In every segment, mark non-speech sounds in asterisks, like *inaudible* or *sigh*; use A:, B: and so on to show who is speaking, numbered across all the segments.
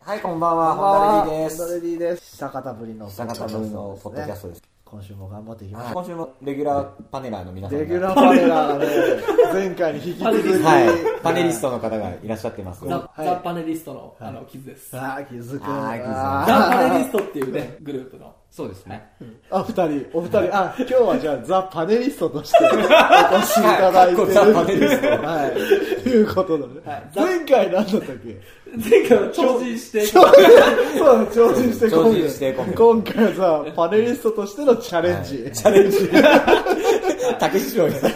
A: はい、こんばんは。
B: こんばんは
A: ホンダレディで
B: ホンダ
A: す。
B: レディです。久方ぶりの
A: 久方ぶりのポッドキャストです。
B: 今週も頑張っていきまし
A: はい
B: ょ
A: 今週もレギュラーパネラーの皆
B: う。
A: さんが。
B: レギュラーパネラーで、前回に引き続き、
A: はい、パネリストの方がいらっしゃってます。
C: ザ・
A: は
B: はい
C: ザパネリストの,、あのキズです。ザ・
B: あー、気づく
A: あー気づく
C: パネリストっていうね、グループの。
D: そうですね。
B: あ、二人、お二人、あ、今日はじゃあ、ザ・パネリストとして、お越しいただいてる。
A: はいザパネリスト
B: はい。ということでね。前回何だったっけ
C: 前回は超人して、
B: そうだ、超人して
A: 超人して今
B: 今
A: 回
B: 回。今回はさ、パネリストとしてのチャレンジ。
A: チャレンジ。たけし城です。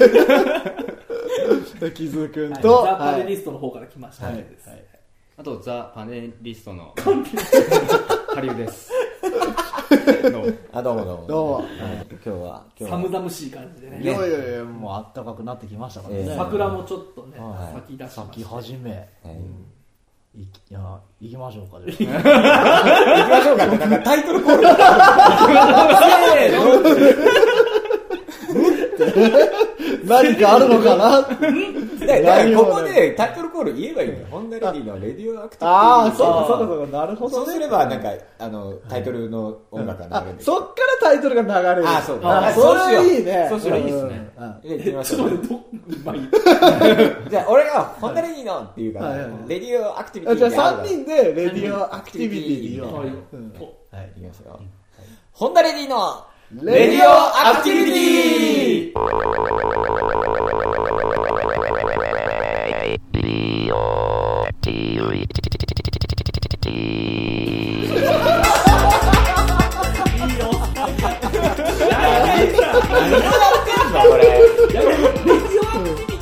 B: 木津君
C: はい
B: と、
C: ザ・パネ
B: はい
C: リストの方から来ました、キズです。
D: あと、ザ・パネリストの、ハリウです。の
A: あ、どうもどうも。
B: どうも
A: はい今日は、今日は
C: 寒々しい感じでね。
B: いやいやいや、もう暖かくなってきましたからね。
A: ええ
C: 桜もちょっとね、
A: はい
C: 咲き出しま
B: 咲
C: し
B: き
C: た。
B: 始め。
A: はい
B: いきいや、行きましょうか、
A: 行き
B: じゃ
A: ましょうかね。なんかタイトルコール。
C: せーの
B: あ何かあるのかな
A: でだから
B: 何
A: こ
B: を
A: こでタイトルコール言えばいいのよ。ホンダレディのレディオアクティブ。
B: *laughs* ああ、そう
A: あ
B: か
A: ー、
B: そうか、そうか、なるほ
A: そ
B: ど
A: う
B: ね。
A: すれば、なんか、あの、タイトルの音楽が
B: あ
A: 流れ、て
B: そっからタイトルが流れる。
A: あそう
B: あ
A: あ
B: それはいいね。
A: そうしよう
B: う
A: そうしよ
B: ん
D: ういいっすね
B: うん
A: で行ってみまし
C: ち
A: ょ
C: ょっ
A: う
C: と。待って、ど、まあいい。
A: じゃあ、俺が、ホンダレディのっていうから、
B: はいはいはい
A: レディオアクティビテ
B: あ
A: ィ
B: じゃあ
A: で会うわ
B: 3人で、レディオアクティビティで言おう。
C: はい
B: うん
C: お
B: はい
A: いきますよ。ホンダレディの
B: レディ
A: オアクティビティ
C: やべレディオアクティ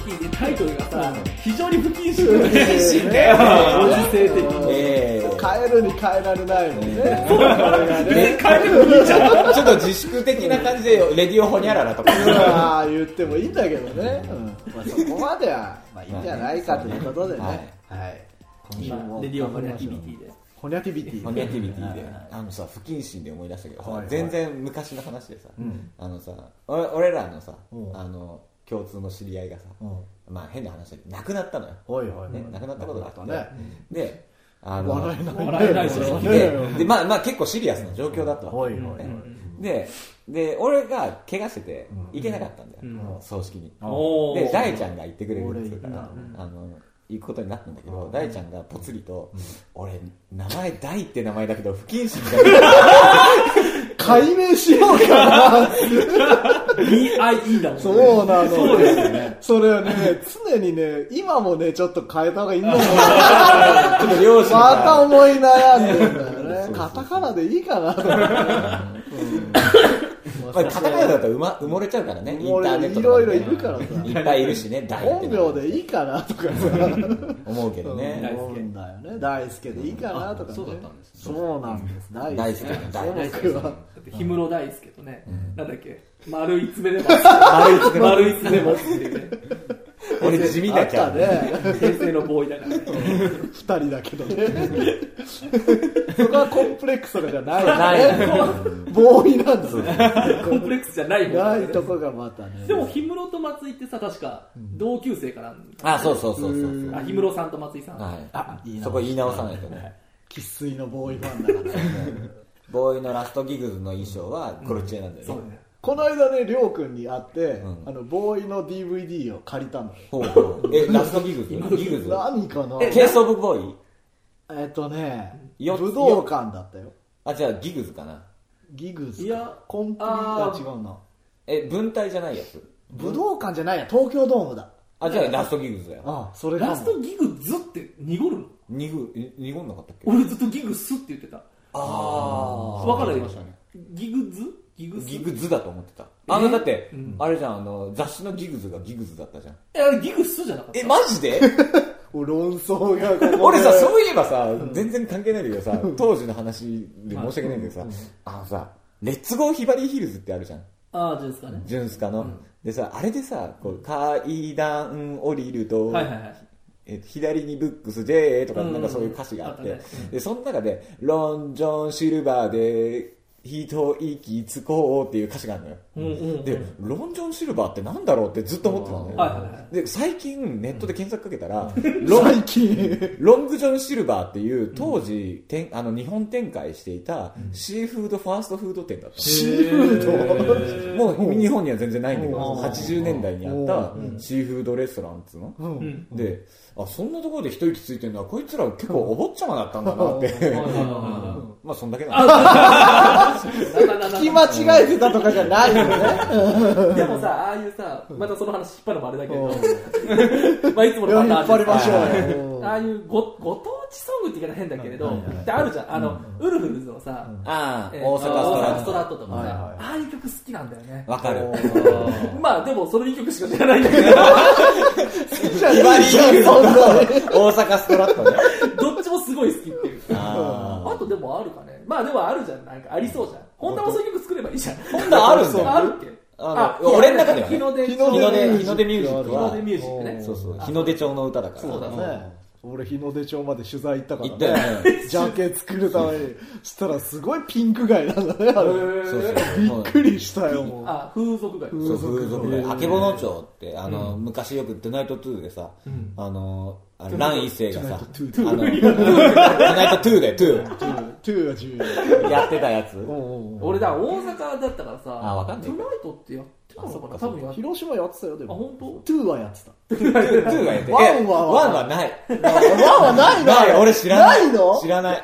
C: ビティでタイトルがさ、非常に不謹慎だね。
B: し
A: だよ
C: ご時世的に。
A: えー
B: 変えるに変えられないもんね。
A: でちょっと自粛的な感じで、レディオホニャララとか。
B: まあ言ってもいいんだけどね、まあ、そこまではまあいいんじゃないかということでね、
A: は
B: はいい今週
C: 今
B: も、
C: レディオア
B: 頑張
C: ク
B: り
C: テ
B: ましょう
C: ィビティで。
B: ホニャティビティ
A: ホニャティビティで、あのさ、不謹慎で思い出したけどさ
B: はいは、い
A: 全然昔の話でさ
B: ん、
A: あのさ、俺俺らのさ
B: う、ん
A: あの、共通の知り合いがさ
B: うん、
A: まあ変な話だけど、亡くなったのよ。
B: おいおい
A: ね、亡くなったことがあった
B: ね
A: ね。で、あの、
B: 笑えないね
C: 笑えないし
B: 笑えない
A: でで、まあまあ結構シリアスな状況だったわ
B: お
A: け
B: いおいおい
A: で、で、俺が怪我してて、行けなかったんだよ、
C: う
A: 葬式に。
C: おー
A: で、大ちゃんが行ってくれるって言うから
B: 俺行、
A: あの、行くことになったんだけど、大ちゃんがぽつりと、俺、名前大って名前だけど、不謹慎だけど、
B: 解明しようかな
C: BIE だもんね。
B: そうなの
C: そうですよね。
B: それをね常にね今もねちょっと変えた方がいいんだもん
A: ちょっと両親
B: また
A: が、
B: 思い悩んでるんだ
A: そう
B: よ
A: そう
B: ねカタカナでいいかなと思って
A: まあ、カタカナだとうま埋もれちゃうからね、インターネット
B: い
A: と
B: ろ
A: か
B: い
A: で
B: ろ
A: ね
B: いるからさ
A: いっぱいいるしね、大って
B: 本名でいいかなとかさ
A: 思うけどね。
B: 思うんだよね大輔でいいかなとかね
D: あそうだったんですね
B: そうなんです大
A: 大輔の大
B: 大輔は
C: だって、氷室大輔とね、なんだっけ、丸い詰めれば、
A: 丸いつ
C: 丸い詰めればっていうね、
A: 俺地味
B: あ
A: だ
B: っ
A: けど
B: たね
C: 平成のボーイだからね。
B: 二人だけどねそこはコンプレックスとかじゃないよ
A: ない
B: ねボーイなんだね
C: コンプレックスじゃないも
B: なんい
C: ね。
B: とこがまたね
C: でも、氷室と松井ってさ、確か、同級生からなんだ
A: あ、そうそうそうそうそう。
C: あ、氷室さんと松井さん。
A: はい。
B: あいいな
A: そこ言い直さないとね。
B: 生粋のボーイファンだからね
A: ボーイのラストギグズの衣装はコルチェなんだよね。
C: そうね。
B: この間ねりょうくんに会って
A: ん
B: あのボーイの DVD を借りたのよ
A: ほうほう。え、ラストギグズギグズ
B: 何かな
A: ケースオブボーイ
B: えっとね
A: よ
B: 武道館だったよ
A: あ、じゃあギグズかな。
B: ギグズ
C: いや
B: コンプリ
C: あ
B: ート
C: ー
B: 違うな
A: え、文体じゃないやつ。
B: 武道館じゃないや東京ドームだ
A: あ、じゃあラストギグズだよ。
B: あそれかも
C: ラストギグズって濁るの
A: にぐ、え濁んなかったっけ
C: 俺ずっとギグスって言ってた。
A: あ
C: わかる
D: わかりましたね
C: ギグズギグ
A: ー。
C: ス
A: ギグズだと思ってた。あの、だって、あれじゃん、あの、雑誌のギグズがギグズだったじゃん。
C: いやギグスじゃなかった
A: え、。マジで
B: お論争がここで
A: *laughs* 俺さ、そういえばさ、全然関係ないんだけどさ、当時の話で申し訳ないんだけどさ、あのさ、レッツゴーヒバリーヒルズってあるじゃん。
C: ああ、じゃですかね。
A: ジュンスカの、でさあれでさこう階段降りると、
C: はいはいはい。
A: えっと左にブックス J とか
C: うん
A: なんかそういう歌詞があって、
C: あったね
A: でその中で「ロン・ジョン・シルバーで一息つこうっていう歌詞があるのよ。
C: うんうん
A: で、ロンジョン・シルバーってなんだろうってずっと思ってたのね。
C: はいはいは
A: で、最近ネットで検索かけたら、ロンロングジョン・シルバーっていう当時、てんあの日本展開していたシーフードファーストフード店だったの。
B: シーフー
A: もう日本には全然ないんだけど、
B: うん
A: 80年代にあっ
B: う
A: たシーフードレストランっつうの。
B: ドうん
C: うん
A: で、あ、そんなところで一息ついてるのは、こいつら結構お坊ちゃまだったんだなって。まあ、そんだけなんだ
B: 聞き間違えてたとかじゃない
A: *laughs*
B: よね。
C: でもさ、ああいうさ、またその話引っ張るのもあれだけど、 *laughs* まあいつもの
B: 引
C: パ
B: っ
C: タ
B: 張
C: ーン
B: り
C: で
B: まし
C: さ
B: ょう
C: あ
B: よ。
C: あいうごご当地ソングって言い方変だけれど、ってあるじゃん、あの、ウルフルズのさ、
A: ああ、
C: えー
A: 大阪
C: 大阪
A: ス
C: ス
A: ト
C: ト
A: ラ
C: ラ
A: ッ
C: ットとか
B: はい
C: さ、ああいう曲好きなんだよね
A: ト。。わかる。
C: まあでもその2曲しか知らないんだけど、 *laughs*
A: ヒバリールと大阪ストラットね。
C: どっちもすごい好きっていう。
A: あー
C: あとでもあるかね。まあでもあるじゃん。なんかありそうじゃん。本当はそういう曲作ればいいじゃん。
A: 今度あるんだよ。
C: あるっけ
A: あの俺の中ではね
C: 日の出。
B: 日
A: 日
B: の
A: の出、
B: 出
A: 日の出ミュージックは
C: 日の出ミュージックね
A: そうそう、日の出町の歌だから。
C: そうだね
B: ね俺日の出町まで取材行ったか
A: 行っ
B: ら
A: たよ
B: ね。
A: ね。
B: *laughs* ジャケ作るために。したらすごいピンク街なんだね、あれ。
A: そうそう。
B: びっくりしたよ、もう。
C: あ、風俗街。
A: そう風俗で、あけぼの町って、あの、昔よく、トゥナイトトゥーでさ、あの、あラン一世がさ、
B: トゥ
A: あの、トゥナイトトゥーで、トゥ
B: トゥーが重要。
A: ーやってたやつ。
B: うんうんうん
C: 俺だ、大阪だったからさ、
A: あわかんない
C: トゥナイトってやってたのか
A: あ
C: な
A: そ
C: 多
A: っか
C: 分やって
B: 広島やってたよ、で
C: あ、
B: も。
C: 本当
B: トゥーはやってた。
A: トゥーがやって
B: ワンは
A: えワンはない。
B: ワンはないの
A: ない、俺知らない。
B: ないの
A: 知らない。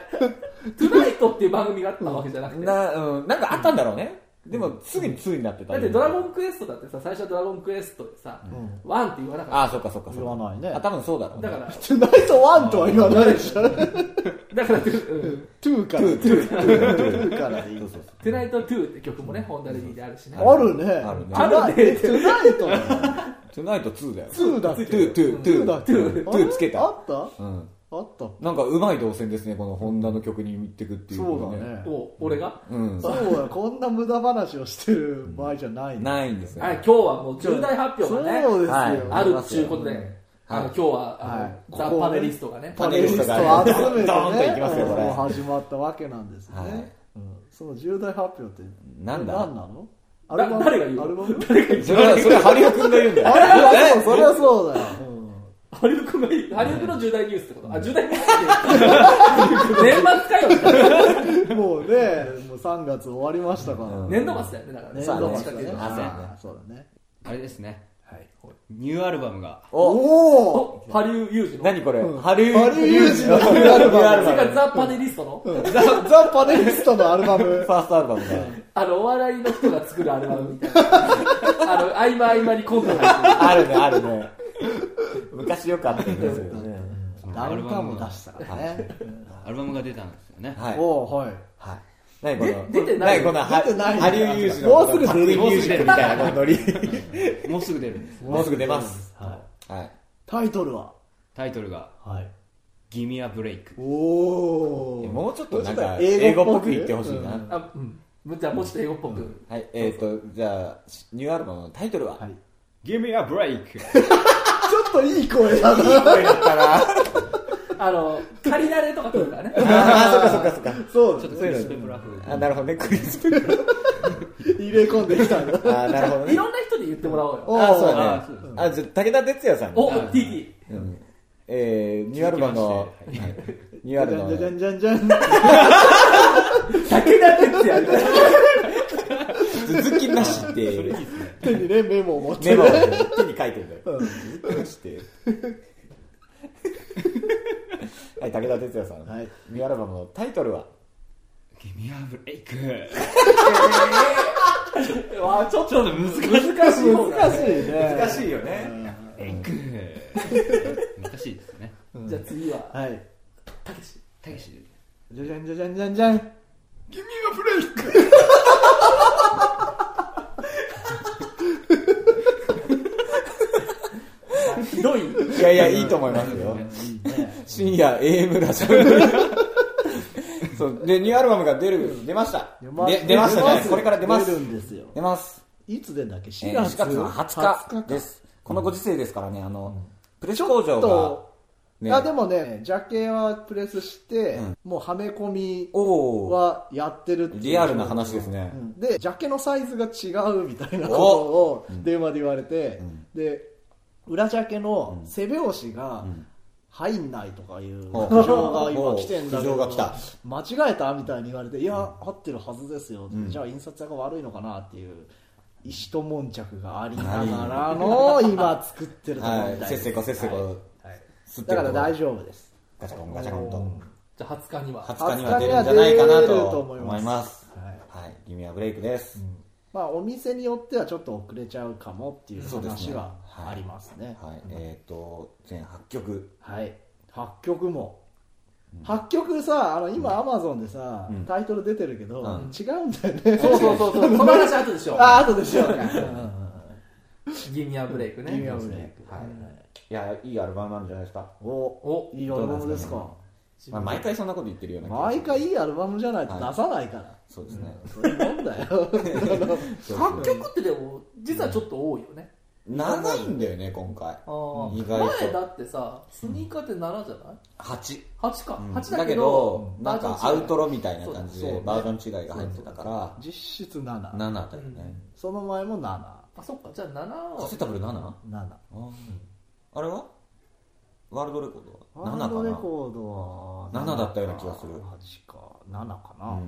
C: トゥナイトっていう番組があったわけじゃなくて。だ
A: な、うん、なんかあったんだろうね。でも、すぐに2になってた。
C: ってドラゴンクエストだってさ、最初はドラゴンクエストでさ、ワンって言わなかっ
A: ああ、そっかそっかそっか。
B: 言わないね
A: あ、多分そうだろう、
C: た。
A: ね。
C: だから、
B: トゥナイトワンとは言わないでしょ。
A: トゥー、
B: トゥーから。
C: だから、うん
A: トゥー、トゥー、
B: トゥーからでいい。
C: トゥナイトトゥーって曲もね、ホンダレディであるしね。
B: あるね。
A: あるね
B: トゥナイト
C: あるね
B: トゥナイトだよ。
A: トゥナイト2だよ。
B: トゥーだっ
A: ト
B: け
A: ゥー、トゥー、トゥー、
B: だっけ
A: トゥー、トゥーつけ
B: あ
A: た。
B: った
A: うん。
B: あった。
A: なんか、うまい動線ですね、このホンダの曲に行ってくっていう
B: そ
A: のが
B: うだ。ね。
C: お俺が
A: うん。
B: そうや、こんな無駄話をしてる場合じゃないね。
A: ないんですよ。
C: はい、今日はもう重大発
B: そ
C: 表
B: う
C: がね、
B: ですよ。
A: はい
C: あるっていうことで、あの今日は、あの
B: はい
C: ザ・
B: ここを
C: パ
B: ね
C: ネリストがね、
A: パネリストが
B: パネリストを集めてね、
A: ドーンといきますよこれ
B: うん始まったわけなんですね。
A: はい
B: うんその重大発表って
A: なんだ
B: 何なのア
C: だ誰が言う
B: アルバム
A: それは、それは、ハリオくんが言うんだよ。
B: あれはそうそれはそうだよ。
C: ハリウッドがいい、ハリウッドの重大ニュースってことあ、重大ニュース *laughs* っていう年末かよみたいな
B: うんもうね、もう3月終わりましたから。
A: うん
C: 年度末だよね、だからね。
B: 年
A: そうだね
B: 度
C: どっちか
B: 末
C: っていうと
A: あそうだね
B: あそうだね。
D: あれですね
C: はい。
D: ニューアルバムが
A: お、
B: おお
C: お、ハリウユージの。
A: 何これハリウ
B: ハリウユージの
A: ハリウユージのアル
C: そ
A: バ
C: れか
A: ム。
C: らザ・パネリストの、
B: ザ・ザパネリストのアルバム
A: フ。ァーストアルバムだよ。
C: あの、お笑いの人が作るアルバムみたいな。あの、合間合間にコント入ってる。
A: あるね、あるね。昔よくあったんですけどね。
B: アルバム出
D: し
B: したからね。
D: アルバムが出たんですよね
A: はい。
B: おおはい。
A: はい。何この、
C: で出てない
A: 何この、は
B: 出てない
A: ハリウユージの、
B: もうすぐ出る
A: パクリミュージックみたいなこのノリ。
D: もうすぐ出るんです
A: もうすぐ出ます。
B: はい。
A: はい。
B: タイトルは
D: タイトルが
B: はい。
D: 「ギミアブレイク
B: おお
A: もうちょっとなんか、英
B: 英
A: 語
B: 語
A: っぽ
B: っぽ
A: く
B: く
A: 言ってほしいな。
B: うん
C: あ、うん。じゃあ、もうちょっと英語っぽく。
A: はい、えっ、ー、と、じゃあ、ニューアルバムのタイトルは、
B: はい。
D: ギミアブレイク
B: ちょっといい声だな。
C: あの、仮慣れとか来るからね。
A: ああ、そっかそっかそっか。
B: そう
D: ちょっと
B: だ
D: ク
B: ね
D: リス・ペプラフ
A: あなるほどね、クリスプ
B: 入れ込んできたんだ。
A: ああ、なるほど
C: い
A: ね。
C: ろんな人に言ってもらおうよ。
B: お
A: あそう
D: あ
A: だ
D: そう
A: ね。あ、じゃあ武田鉄矢さんに。
C: お、TT。
A: うんえー、ニューアルバムの、はいニューアルバ
B: じゃ
A: ム
B: んじゃんじゃんじゃん。
C: 武田鉄矢みたいな。
A: の、続きなしっていう、
B: 手にね、メモを持っ
A: メ
B: てる
A: モを手に書いてるんだよ。続きなしっていう。はい、武田鉄矢さん、
B: はい
A: ニューアルバムのタイトルは、
D: ギミアブレイク
C: わちょっ
D: ちょっ
C: と
D: と難しい
C: 難しい方が
B: 難しいね。
A: 難しいよね。
D: 難しいですね
C: じゃあ次は、
B: はい。
C: たけし。
D: たけしギミ
B: じゃじゃんじゃじゃんじゃんじゃん。
D: アブレイク
C: ひどい。
A: いやいや、いいと思いますよ。深夜 AM ラジオ。そう。で、ニューアルバムが出る、出ました。
B: 出ま
A: で出ました
B: 出ま
A: ね。
B: す
A: これから出ます
B: 出。るんですよ。
A: 出ます。
B: いつ出んだっけ
A: えー
B: ?4
A: 4
B: 月
A: 月の20日
B: か
A: です。このご時世ですからね、あの、プレス工
B: ちょ
A: 場が
B: っと、
A: ね
B: あでもね、ジャケはプレスして、
A: うん
B: もうはめ込み
A: おお
B: はやってるっていう
A: リアルな話ですね
B: う、んで、ジャケのサイズが違うみたいなことを電話で言われて、
A: うん
B: で、裏ジャケの背表紙が
A: ん
B: 入んないとかいう
A: ほう
B: 苦情が今来てんだけ
A: ほう苦情が
B: ど
A: 来た、
B: 間違えたみたいに言われて、いや、合ってるはずですよ、
A: ん
B: じゃあ印刷屋が悪いのかなっていう。石と悶着がありながらの今作ってるところみ
A: は
B: た
A: い、せっ
B: いです
A: せこせっせこ
B: はい
A: 吸って
B: だ
A: る
B: か
A: と
B: ら大丈夫です。
A: ガチャコンガチャコンと
C: じゃあ20日には
A: 20日には出るんじゃないかなと思い
B: 20日には出ると思い
A: ま
B: ますす
A: はい、君はブレイクです、
B: まあ、お店によってはちょっと遅れちゃうかもっていう
A: そうです
B: 話
A: ね
B: は
A: はい
B: ありますね。
A: はいえっ、と全8曲
B: はい。8曲も。8曲さ、あの、今 Amazon でさ、
A: うん
B: タイトル出てるけど、
A: うん
B: 違うんだよね。
C: そうそうそうそうその話後でしょ
B: あ、あとでしょうか。うん
C: ギミアブレイクね
B: ギミアブレイク
C: はい
A: いやいいアルバムなんじゃないですか、
B: お、いいアルバムですか。
A: まあ、毎回そんなこと言ってるような気が
B: 毎回いいアルバムじゃないと出さないから。
A: そうですね、
B: そういうもんだよ。
A: そうそう
C: 8曲ってでも実はちょっと多いよね
A: 長いんだよね今回
C: あー
A: 意外と
C: 前だってさスニーカーって7じゃない
A: 8
C: 8か
A: うん
C: 8
A: だ
C: だ
A: け
C: けど
A: ど、なんかアウトロみたいな感じ
B: そうだ
A: で
B: ね
A: バージョン違いが入ってたから、
B: 実質7。
A: 7だよね。
B: その前も7。
C: あそっかじゃあ7
A: カ
C: は
A: セタブル 7?
B: 7。
A: あれはワールドレコード
B: ワ
A: は
B: ールドレ
A: 7か
B: コードは
A: 7だったような気がする
B: 8か、7か
A: な。う
B: な。
A: ん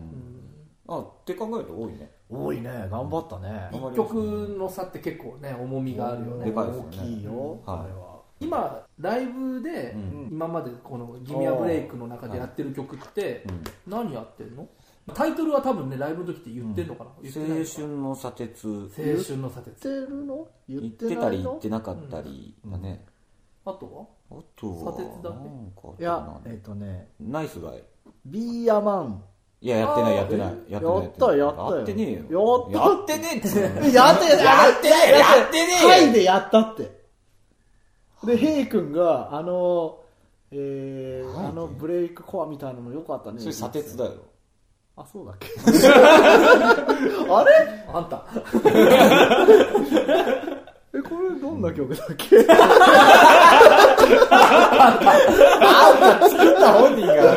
A: あ、って考えると多いね。
B: 多いね、頑張ったね。
A: うん
C: 1曲の差って結構ね重みがあるよ
A: で
C: ね
A: かいですよ
B: 大
A: ね
B: きいよ、これ
A: はい
B: は。
C: 今ライブで
A: うん
C: 今までこの「ギミアブレイク」の中でやってる曲って
A: うん
C: 何やってんのタイトルは多分ねライブの時って言ってんのかな言って
A: 青
C: ないのか
A: 春の砂鉄。
C: な青春の砂鉄
B: 言ってるの言
A: 言
B: っ
A: ってて
B: な
A: た
B: い
A: り言
B: の
A: ってなかったりだね。
C: あと
A: あとは、
C: 砂鉄だね
A: なんかあったか
B: いや
A: な、
B: えっ、とね、
A: ナイスガイ。
B: ビーアマン。
A: いや、やってない、やってない。やってない。
B: やったよやったよ
A: やってねえ
B: や
A: よ。
B: った
A: ってねえって言うの
B: やってやって
A: やってねえやってねえ
B: タイでやったって。で、ヘイ君が、あの、えー
A: はい
B: あのブレイクコアみたいなのもよかったね。
A: それ砂鉄だよ。
B: あ、そうだっけ *laughs* あれ
C: は
A: *laughs*
C: あんた
B: え、これどんな曲だっけ
A: 本人が。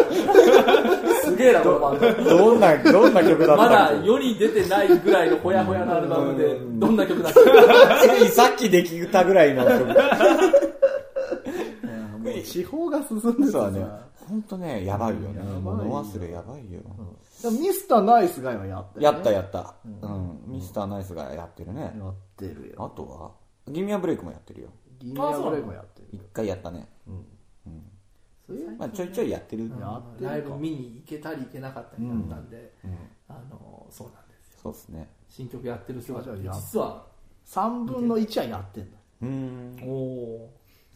C: すげえなこのバンド
A: どんな、どんな曲だった
C: まだ
A: の
C: 世に出てないぐらいのほやほやのアルバムで
A: うん
C: どんな曲だっけ
A: *laughs* ついさっきできたぐらいの曲。
B: もう地方が進んで
A: そう
B: た
A: はね
B: ね。、
A: ほんとね、やばいよね。
B: やばいよ
A: 物忘れやばいよ。
B: でもミスターナイスガイはやってる、ね。
A: やったやった。うん。ミスターナイスがやってるね。
B: やってるよ。
A: あとはギミアブレイクもやってるよ。
B: ギミアブレイクもやってる
A: 一。回やったね。まあちょいちょいやってる。
B: やってるか
C: ライブ見に行けたり行けなかったりだったんで、あのそうなんですよ
A: そうですね。
C: 新曲やってる姿って
B: あじゃあや
C: 実は
B: 3分の1はやってんだ。
A: うーん。
C: おお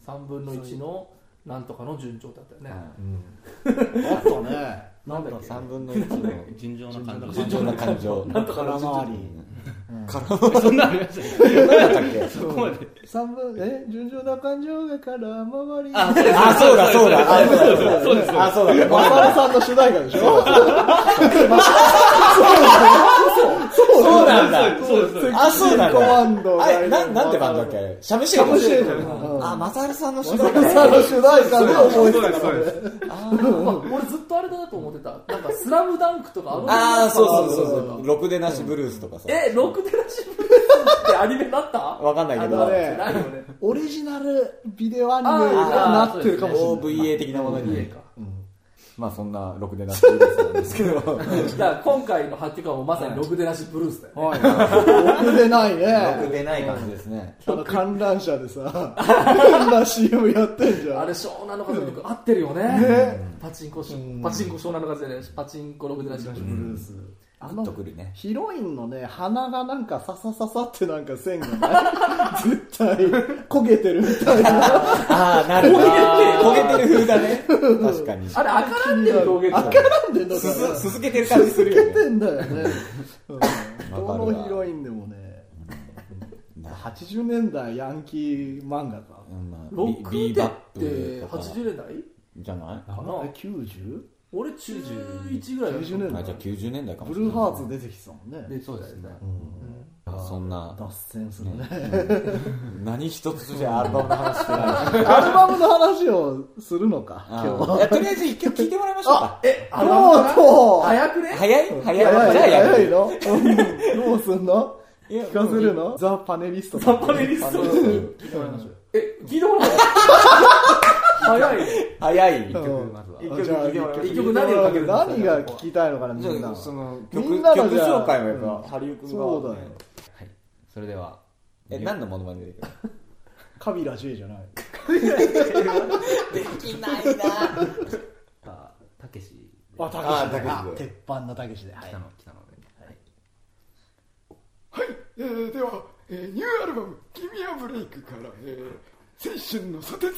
C: 3分の1のなんとかの順調だったよね、
B: あったね。
C: なんだっけ
A: 三分の一の
D: 尋常な感じ
A: 順調 *laughs* な感情。
C: なんとか
B: 空
C: の順
B: 回り。
D: そんなありましたっけ
A: 何だったっけ
D: そこまで
B: 三分、え順調な感情が空回
A: *laughs*
B: り。
A: あ、そうだそうだ。あ、そうだ
D: そうです
A: あ、そうだ。ごめ
B: マ
A: ん
B: サルさんの主題歌でしょ
A: そうなんだ。
D: そうですそうです
A: あ、そうなん
B: コ
A: だ。
B: マンド
A: あれ、な、なんてバンドだっけあれシャムシェイド。
B: シャムシェイドうん
A: あ、マサルさんの主
B: マサ
A: 題
B: ルさんの
A: 歌。
B: 主題歌で思い出
D: そう
B: た
D: で
B: か
D: すそ
B: ら
D: う
B: ね
D: です
C: まあ *laughs* 俺ずっとあれだなと思ってたなんか「スラムダンクとかあの辺
A: あー、そうそうそう
C: なん
A: そ
C: か
A: う。ろくでなしブルースとかさ。
C: えロックテラシブルースってアニメになった
A: わかんないけ
B: あ
A: ど
B: の。ね
C: ないよね
B: オリジナルビデオアニメになってるかもしれない。
A: OVA 的なものに
C: OVA か。
A: まあそんなろくでなしブルースなんですけ *laughs* ど。
C: だから今回の8曲はもうまさにロクデラシブルースだよね、
B: 僕でな
A: *laughs*
B: い
A: ろく
B: ね。
A: でない感じですね。
B: あの観覧車でさ、こんな CM やってんじゃ
C: あ
B: ん。
C: れ湘南の風の曲合ってるよねパチンコし
B: うん
C: パチンコ湘南の風でパチンコロクデラシブル
B: ブ
C: ース
B: ルース。あ
A: グッと
B: の
A: くるね。
B: ヒロインのね、鼻がなんかささささってなんか線がない。絶対、焦げてるみたいな。
A: ああ、なるほど。焦げてる風だね。確かに。
C: あれあからんでる表現
B: あ
C: だ
B: か
C: よ
B: らんでんの
A: す
B: かな
A: す、続けてる感じするよ
B: て
A: ね。
B: んだよね。
A: わかる
B: ど
A: わ
B: のヒロインでもね、
A: な
B: 80年代ヤンキー漫画か。
A: うんまあ
C: ロッ
A: ビ
C: ク
A: ビー
C: デ
A: バ
C: って
A: ップとか
C: 80年代
A: じゃない
C: かな
B: 90?
C: 俺中1ぐらいだと
B: 90年
A: あじゃあ90年代かも
B: ブ
A: しれない。
B: ルーハーツ出てきてたもんね。
C: でそうだよね
A: ああーそんな
B: 脱線するね。
A: 何一つじゃアルバムの話してない
B: アルバムの話をするのか、今
A: あ
B: 日
A: ーいや
B: は。
A: とりあえず一曲聞いてもらいましょうか
C: え、
B: アルバム
C: と
B: 早
C: う早くね
A: 早い早い
B: 早い
A: じゃあや
B: 早
A: め
B: い
A: る
B: のうんどうすんの
A: いや
B: 聞かせるのザ・パネリストだ
C: ザパネリスト
B: うん
D: 聞いてもらいましょう
C: え、聞いたこと *laughs* ない早いね
A: 早い
B: うん
D: まずは
C: 一
B: あ
C: 曲
B: じゃあ
C: 聞いてもらいましょう
B: 一曲何をかける
C: 何
B: 何
C: が
B: が
C: 聞
B: 聞
C: き
B: きたいのかな、みん
A: じゃ
B: な。
A: あその
B: み
A: 曲
B: んなの
A: 曲
B: じゃあ
A: 紹介もやっぱ、
B: うん
A: ハリウ君が
B: そうだよ。
D: はいそれでは
A: え何のモノマネできる
B: カビラ J じゃない。
A: できないな
D: あたけし
B: あ、た
A: あたけしだ
B: 鉄板のたけしで。はい
D: 来たの来たのではい
E: はい、えー、では、えーニューアルバム「君はブレイク」から、えー青春のソテツ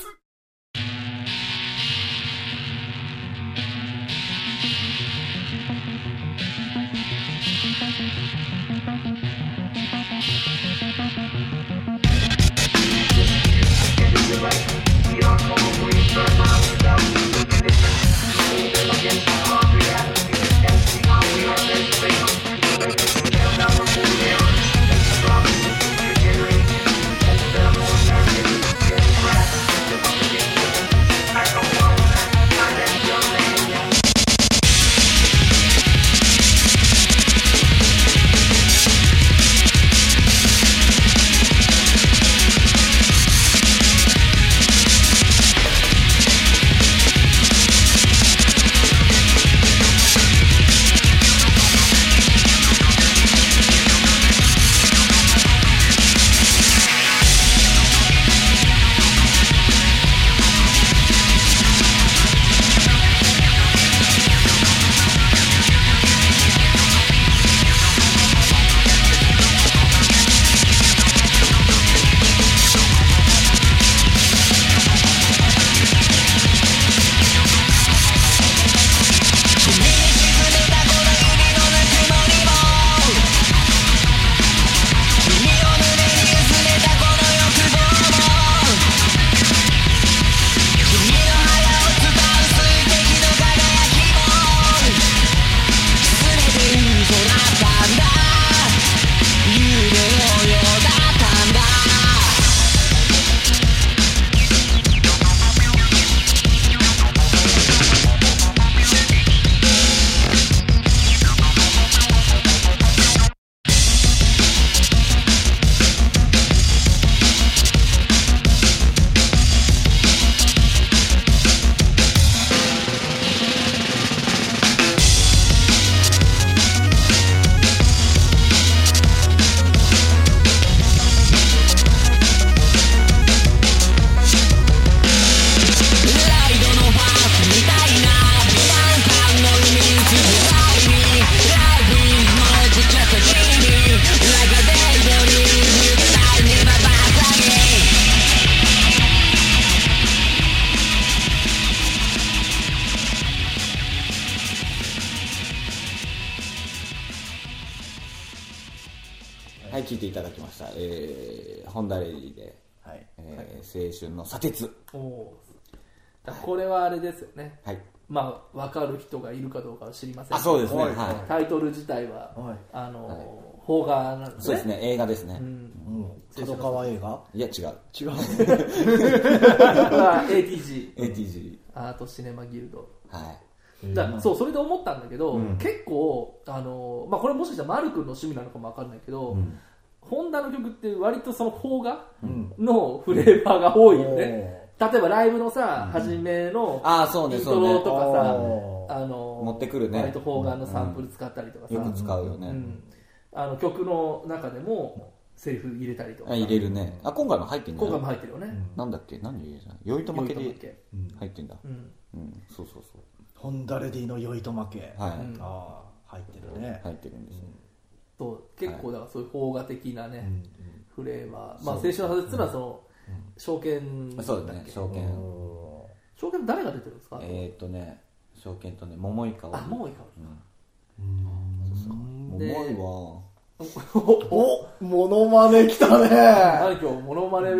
A: はい聞いていただきましたえー、ホンダレディで、
B: はい。
A: えー、青春の砂鉄
C: おーこれはあれですよね。
A: はい
C: まあ、わかる人がいるかどうかは知りませんけど
A: あそうですね
B: はい
A: はい
C: タイトル自体は
B: はい、
C: あの、邦画なんです
A: そう
C: ね。
A: ですね映画ですね、
B: 角川映画
A: いや違う
B: 違う。
C: まあ ATG、
A: ATG
C: アートシネマギルド。
A: はい
C: だそうそれで思ったんだけど、結構あの、まあ、これもしかしたら丸くんの趣味なのかもわかんないけど、ホンダの曲って割とその邦画のフレーバーが多いよね、例えばライブのさ、初めの
A: ああそう
C: イ
A: ね
C: ン
A: そ
C: ト
A: う
C: ロ
A: ね
C: とかさ、
B: おー
C: あの
A: 持ってくるね
C: 割と邦画のサンプル使ったりとかさ、
A: よく使うよね、
C: うんあの曲の中でもセリフ入れたりとか
A: あ入れるねあ今回も入ってんじゃ
C: 今
A: ない
C: 回も入ってるよね、
A: なんだっけ何で言えたの酔いと負け
C: 酔いと負
A: で
C: け
A: 入ってんだ
C: うん
A: うんそうそうそう
B: ホンダレディの酔いと負け。
A: は
C: う
A: い
C: ん
B: ああ、入ってるね。
A: 入ってるんですよ
C: そう結構だからそういう邦画的なね、
B: うん
C: フレーバー、まあ、青春の派手っていうのはその、証券
A: そうだね証
B: うん
A: 券
B: お
C: 証券誰が出てるんですか、
A: えーっとね証券とね桃井か
C: あもういいか
A: 桃
C: で
A: 井は
B: ーおモノマネ来たね
C: 何今日モノマネ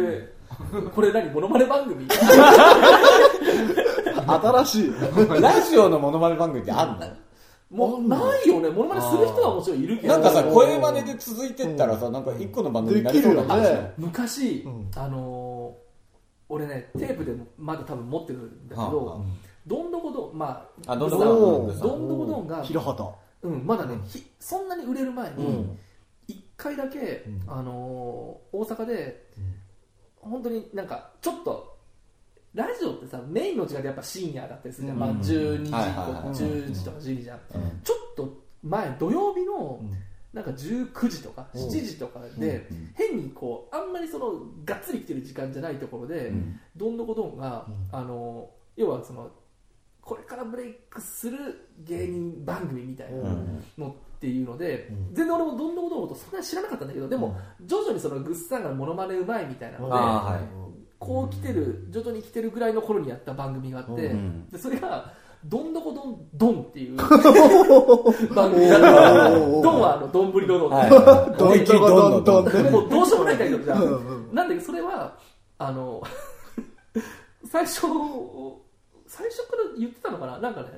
C: これ何モノマネ
A: *laughs*
C: 番組
B: 新しい。
C: *laughs*
A: ラジオのモノマネ番組ってあるの
C: もうないよねモノマネする人はもちろんいるけど
A: なんかさ、声真似で続いてったらさ、なんか一個の番組になりそうな感じ
B: で
A: だ
B: きるよ
A: よ
B: ね
C: 昔、
B: うん
C: あのー俺ねテープでもまだ多分持ってるんだけど、
A: はあはあ
C: どんどこどんまあ
A: あどんどこどん
B: お
A: ブ
B: ー
A: サ
C: どんどこどんが
B: 平畑
C: うん、まだね、ひそんなに売れる前
A: う
C: に
A: ん
C: 一回だけ、
B: うん
C: あのー大阪で、本当になんかちょっとラジオってさメインの時間ってやっぱ深夜だったりするじゃん、
B: うん
C: まあ、12時以降、
A: はいはいはい
C: 10時とか12時じゃん、
A: うん
C: ちょっと前土曜日の
B: うん
C: なんか19時とか
B: うん
C: 7時とかで、
A: うん
C: 変にこうあんまりそのがっつり来てる時間じゃないところで、
A: うん
C: どんどこどんが、
B: う
C: あの要はそのこれからブレイクする芸人番組みたいな
A: うん
C: のっていうので、
B: うん
C: 全然俺もどんどこどんのことそんなに知らなかったんだけどでも徐々にそのグッズさんがモノマネうまいみたいなので、
A: ああはい
C: こう来てる徐々に来てるぐらいの頃にやった番組があって、
A: うん
C: でそれがどんどこどんどんっていう番組だったから
B: おー
C: どんはあのどんぶりどの、
A: はい。思いっきりどんどんどん。
C: もうどうしようもないタイトルじゃん
B: うんう
C: なんだけどそれはあの *laughs* 最初最初から言ってたのかななんかね、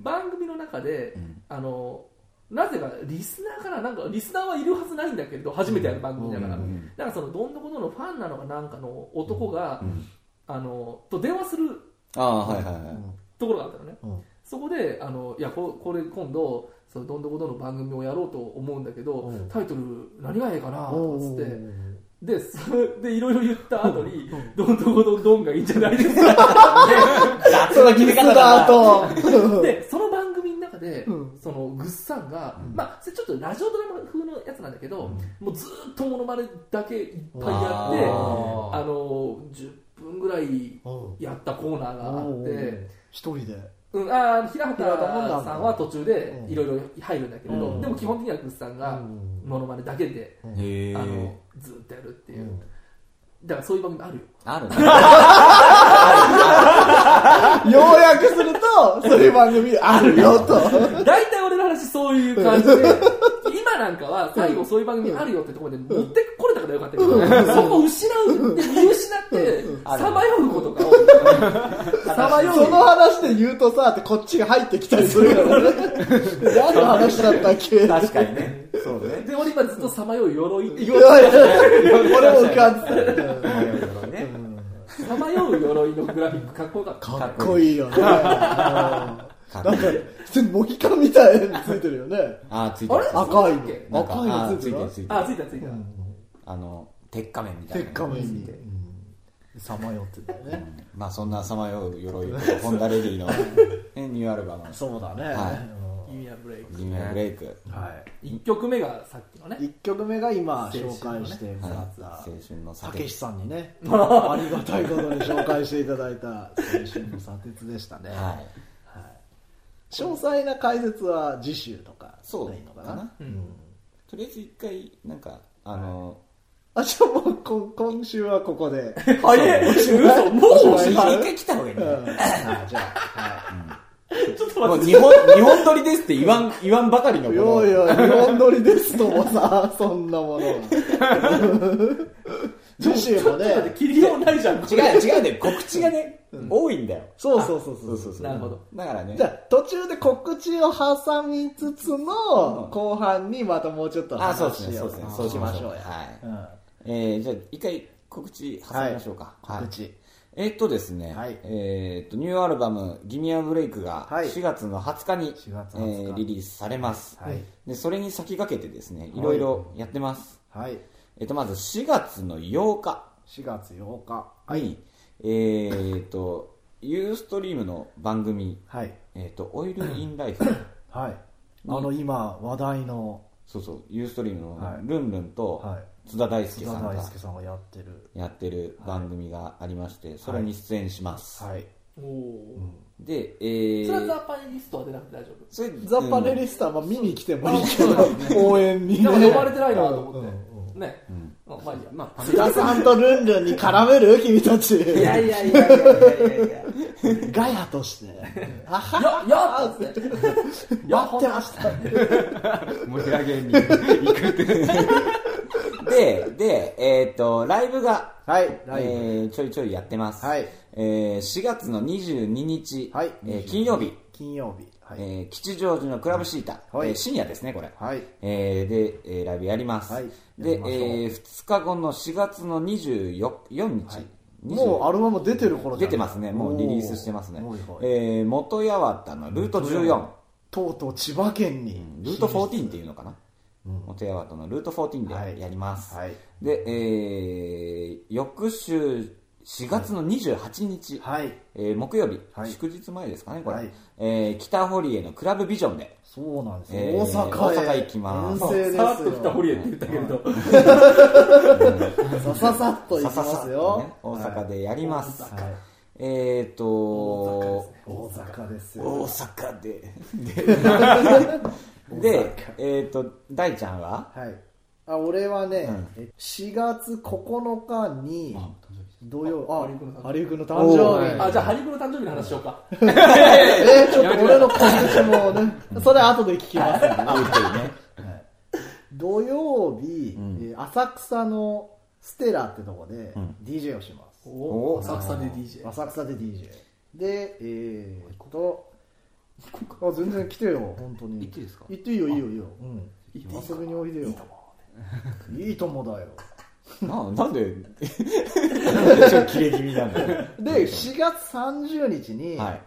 C: 番組の中で、
A: うん
C: あのなぜかリスナーからなんかリスナーはいるはずないんだけど初めてやる番組だから、
A: うんうんうん
C: なんかそのどんどこどんのファンなのかなんかの男が、
A: うん
C: あのと電話する
A: ああ、はいはいはい。
C: ところがあったのね、
B: うん
C: そこであのいやここれ今度そのどんどこどんの番組をやろうと思うんだけど、
B: うん
C: タイトル何がええかなとかっつ
B: お
C: っ
B: ー
C: て。
B: *laughs*
C: で、それで、いろいろ言った後に、どんどこどんどんがいいんじゃないですかっ
A: 雑な決め
B: リス
A: 方
B: ナー
A: だな。
B: と
C: てで、その番組の中で、
B: うん
C: その、ぐっさんが、まあ、それちょっとラジオドラマ風のやつなんだけど、もうずーっとモノマネだけいっぱいやって、
A: あ
C: あの、10分ぐらい
B: うん
C: やったコーナーがあ
B: お
C: っ
B: ー
C: て、
B: 一人で
C: うん、あー平畑
B: 平畑もなんか
C: さんは途中で
B: うん
C: いろいろ入るんだけれど、
B: うん
C: でも基本的にはぐっさんが
B: うん
C: モノマネだけで、
A: へえ
C: あのずーっとやるっていう、
B: うん
C: だからそういう番組あるよ
A: あるな。
B: ようやくするとそういう番組あるよと
C: 大体俺の話そういう感じで、今なんかは最後そういう番組あるよってところで持ってこれたからよかったけど、そこを失うって見失って、さまようことが多い。さまよ
B: その
C: う。
B: 話で言うとさってこっちが入ってきたりするからね何の話だったっけ
A: 確かにね。そうね。
C: で、俺今ずっとさまよう鎧って
B: い
C: 言
B: や
C: う。
B: いやいや俺も浮かんでた
A: 迷うよね
C: さまよう鎧のグラフィックかっこよかった。
B: かっこいいよね。うんなんか、普通にモヒカンみたいについてるよね。
A: ああ、ついて
C: あれ
A: る。
B: 赤いの
C: そうだっけ。
A: なん
B: 赤い
A: かあ
B: の
A: ー
B: つ
A: つ
B: い
A: いて
B: てる
A: るついて
C: あ、つ
A: る。
C: いたついた。
A: あの、鉄仮面みたい
B: 鉄
A: な。
B: 仮面
A: つい
B: に
A: てる。
B: さまよってたよね。
A: まあそんなさまよう鎧とホンダレディのねニューアルバム
B: そうだね。
A: はい
C: 弓矢ブレイク。
A: 「ギミアブレイク」
B: は
C: 1曲目がさっきのね
B: い。。1曲目が今紹介してもら
A: は
B: っ
A: い
B: た
A: 青、春の
B: た
A: 酒
B: けしさんにね、ありがたいことに紹介していただいた青春の砂鉄でしたね。
A: はい
B: 詳細な解説は次週とか、
A: そう
B: でいいのか
A: か
B: な
A: な。
B: うん
A: とりあえず一回なんかあの
B: あ、じゃあもうこん今週はここで。
C: 早い嘘もう
B: お
C: お
B: し
C: し
A: 一
B: ま
C: ま
B: い
C: い
A: 回来た方がいいね *laughs*
B: うんはいじゃあ、はい。
C: ちょっと
A: も
C: 待
A: う
C: って。
A: 日本日本撮りですって言わん言わんばかりの
B: い
A: こ
B: や
A: の
B: いや、日本撮りですともさ、 *laughs* そんなものは。
A: *laughs*
B: 次週も
C: ちょっと待っ
B: ね
C: て、切りようないじゃん。
A: 違う違うね告知がね多いんだよ
B: そうそうそう
A: そ
B: そうう
A: そうそう
C: なるほど
A: だからね
B: じゃあ、途中で告知を挟みつつ
A: う
B: の、
A: ん
B: 後半にまたもうちょっと
A: あそうです
B: 話
A: ねそ
B: を
A: うですねそうしましょう
B: や。
A: はい
B: うん
A: えーじゃあ一回告知挟みましょうか
B: はい告知
A: えーっとですね、
B: はい
A: えーっとニューアルバム「ギミアブレイクが
B: はい
A: 4月の20日に、
B: 4月
A: え
B: 20日
A: ーリリースされます、
B: はい
A: でそれに先駆けてですねいろいろやってます、
B: はい。
A: えーっとまず4月の8日
B: 4月8日。
A: に、えーっとユーストリームの番組
B: はい。
A: 「えーっとオイル・イン・ライフ」
B: はい。あの、今、話題の
A: そうそうユーストリーム
B: はい
A: のルンルンと
B: は
A: 津田大介
B: 津
A: さ
B: 田
A: んが
B: 大介さんがやってる。
A: やってる番組がありまして、それに出演します、
B: はい。
C: おお。
A: で、えー
C: それはザ・パネリストは出なくて大丈夫。
A: それ
B: ザ・パネリスタはまあ見に来てもいいけど、応援にね。
C: なんか呼ばれてないなと思って。
B: うんうんうん
C: ね。うんまあいいや。まあ、
B: 津田さんとルンルンに絡める君たち。
C: いやいやいやいやいやいやいや。
B: ガヤとして。あは
C: や、やっつって。 *laughs*
B: やってました。
D: 盛り上げ *laughs* に行くって
A: で、で、えっ、と、ライブが、
B: はい、
A: えーちょいちょいやってます。
B: はい
A: えー4月の22日、
B: はい
A: えー金曜日、
B: 金曜日。はい。
A: えー吉祥寺のクラブシータ、
B: はい
A: えー深夜ですね、これ。
B: はい。
A: えーで、えーライブやります。
B: はい
A: で、
B: や
A: え
B: りましょう
A: 2日後の4月の24日、20
B: もうアルバム出てる頃じ
A: 出
B: ゃん
A: てますね、もうリリースしてますね
B: おー。
A: え
B: はいはい
A: ー元八幡のルート14、
B: とうとう千葉県に。
A: ルート14っていうのかな、元八幡のルート14でやります。
B: はい。
A: で、えー翌週4月の28日、
B: はい。
A: えー木曜日、
B: はい
A: 祝日前ですかね、これ、
B: はい
A: えー北堀江のクラブビジョンで、
B: そうなんです、
A: えー
B: 大阪へ。
A: 大阪行きます
B: 遠征ですよ。
C: さーっと北堀江って言ったけれど、
B: さささっと行きますよ。
A: ね、大阪でやります。
B: はい。はい
A: えっ、ー、と
B: 大阪ですよ。
A: 大阪 *laughs* で。で、でえっ、と、大ちゃんは
B: はい。あ、俺はね、
A: うん
B: え4月9日に、土曜、あ、ハ
C: ハ
B: リウ君の誕生
D: お
B: 日。
D: ー
B: あ
C: あじゃあ、ハリコの誕生日の話しようか。
B: えーちょっと俺の告知もね、それ後で聞きます、
A: *laughs*
B: はい土曜日、
A: ん
B: えー浅草のステラってとこで DJ をします。
C: お
A: お
C: お、浅草で DJ。
B: 浅草で DJ。で、えー、と、あ全然来てよ、本当に。
D: 行っていいですか
B: 行っていいよ、いいよ、いいよ。うん。遊びにおいでよ。いいともだよ。
A: ななんで、なんでちょっと切れ気味なんだよ。
B: で、4月30日
A: *laughs*
B: に、
A: はい。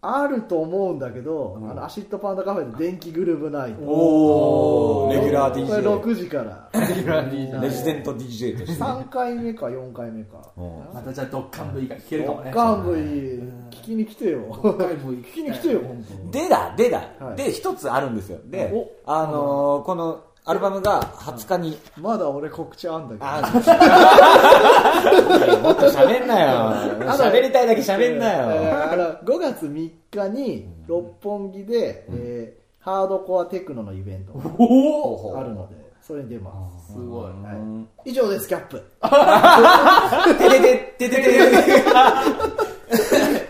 B: あると思うんだけど、あのアシッドパンダカフェで電気グルーヴナイト。
A: おー、レギュラー
B: これ
A: DJ。
B: 6時から。
A: レジデント DJ として。
B: 3回目か4回目か。
A: うん
C: またじゃあ、ドッカン V が聞けるかもね。
B: ガンブイ、聞きに来てよ。聞
C: V 聞
B: きに来てよ、本当に。
A: でだ、でだ、
B: はい
A: で、一つあるんですよ。で
C: お、
A: あのーこのアルバムが20日に、
B: まだ俺告知あんだけど。
A: あ
B: *laughs*
A: ーもっと喋んなよ。喋りたいだけ喋んな
B: え
A: よ。
B: ーあの5月3日に六本木で、えーハードコアテクノのイベントが
A: お
B: あるので、それに出ます。
C: すごい。
B: はい、以上です、キャップ。
A: てててててててて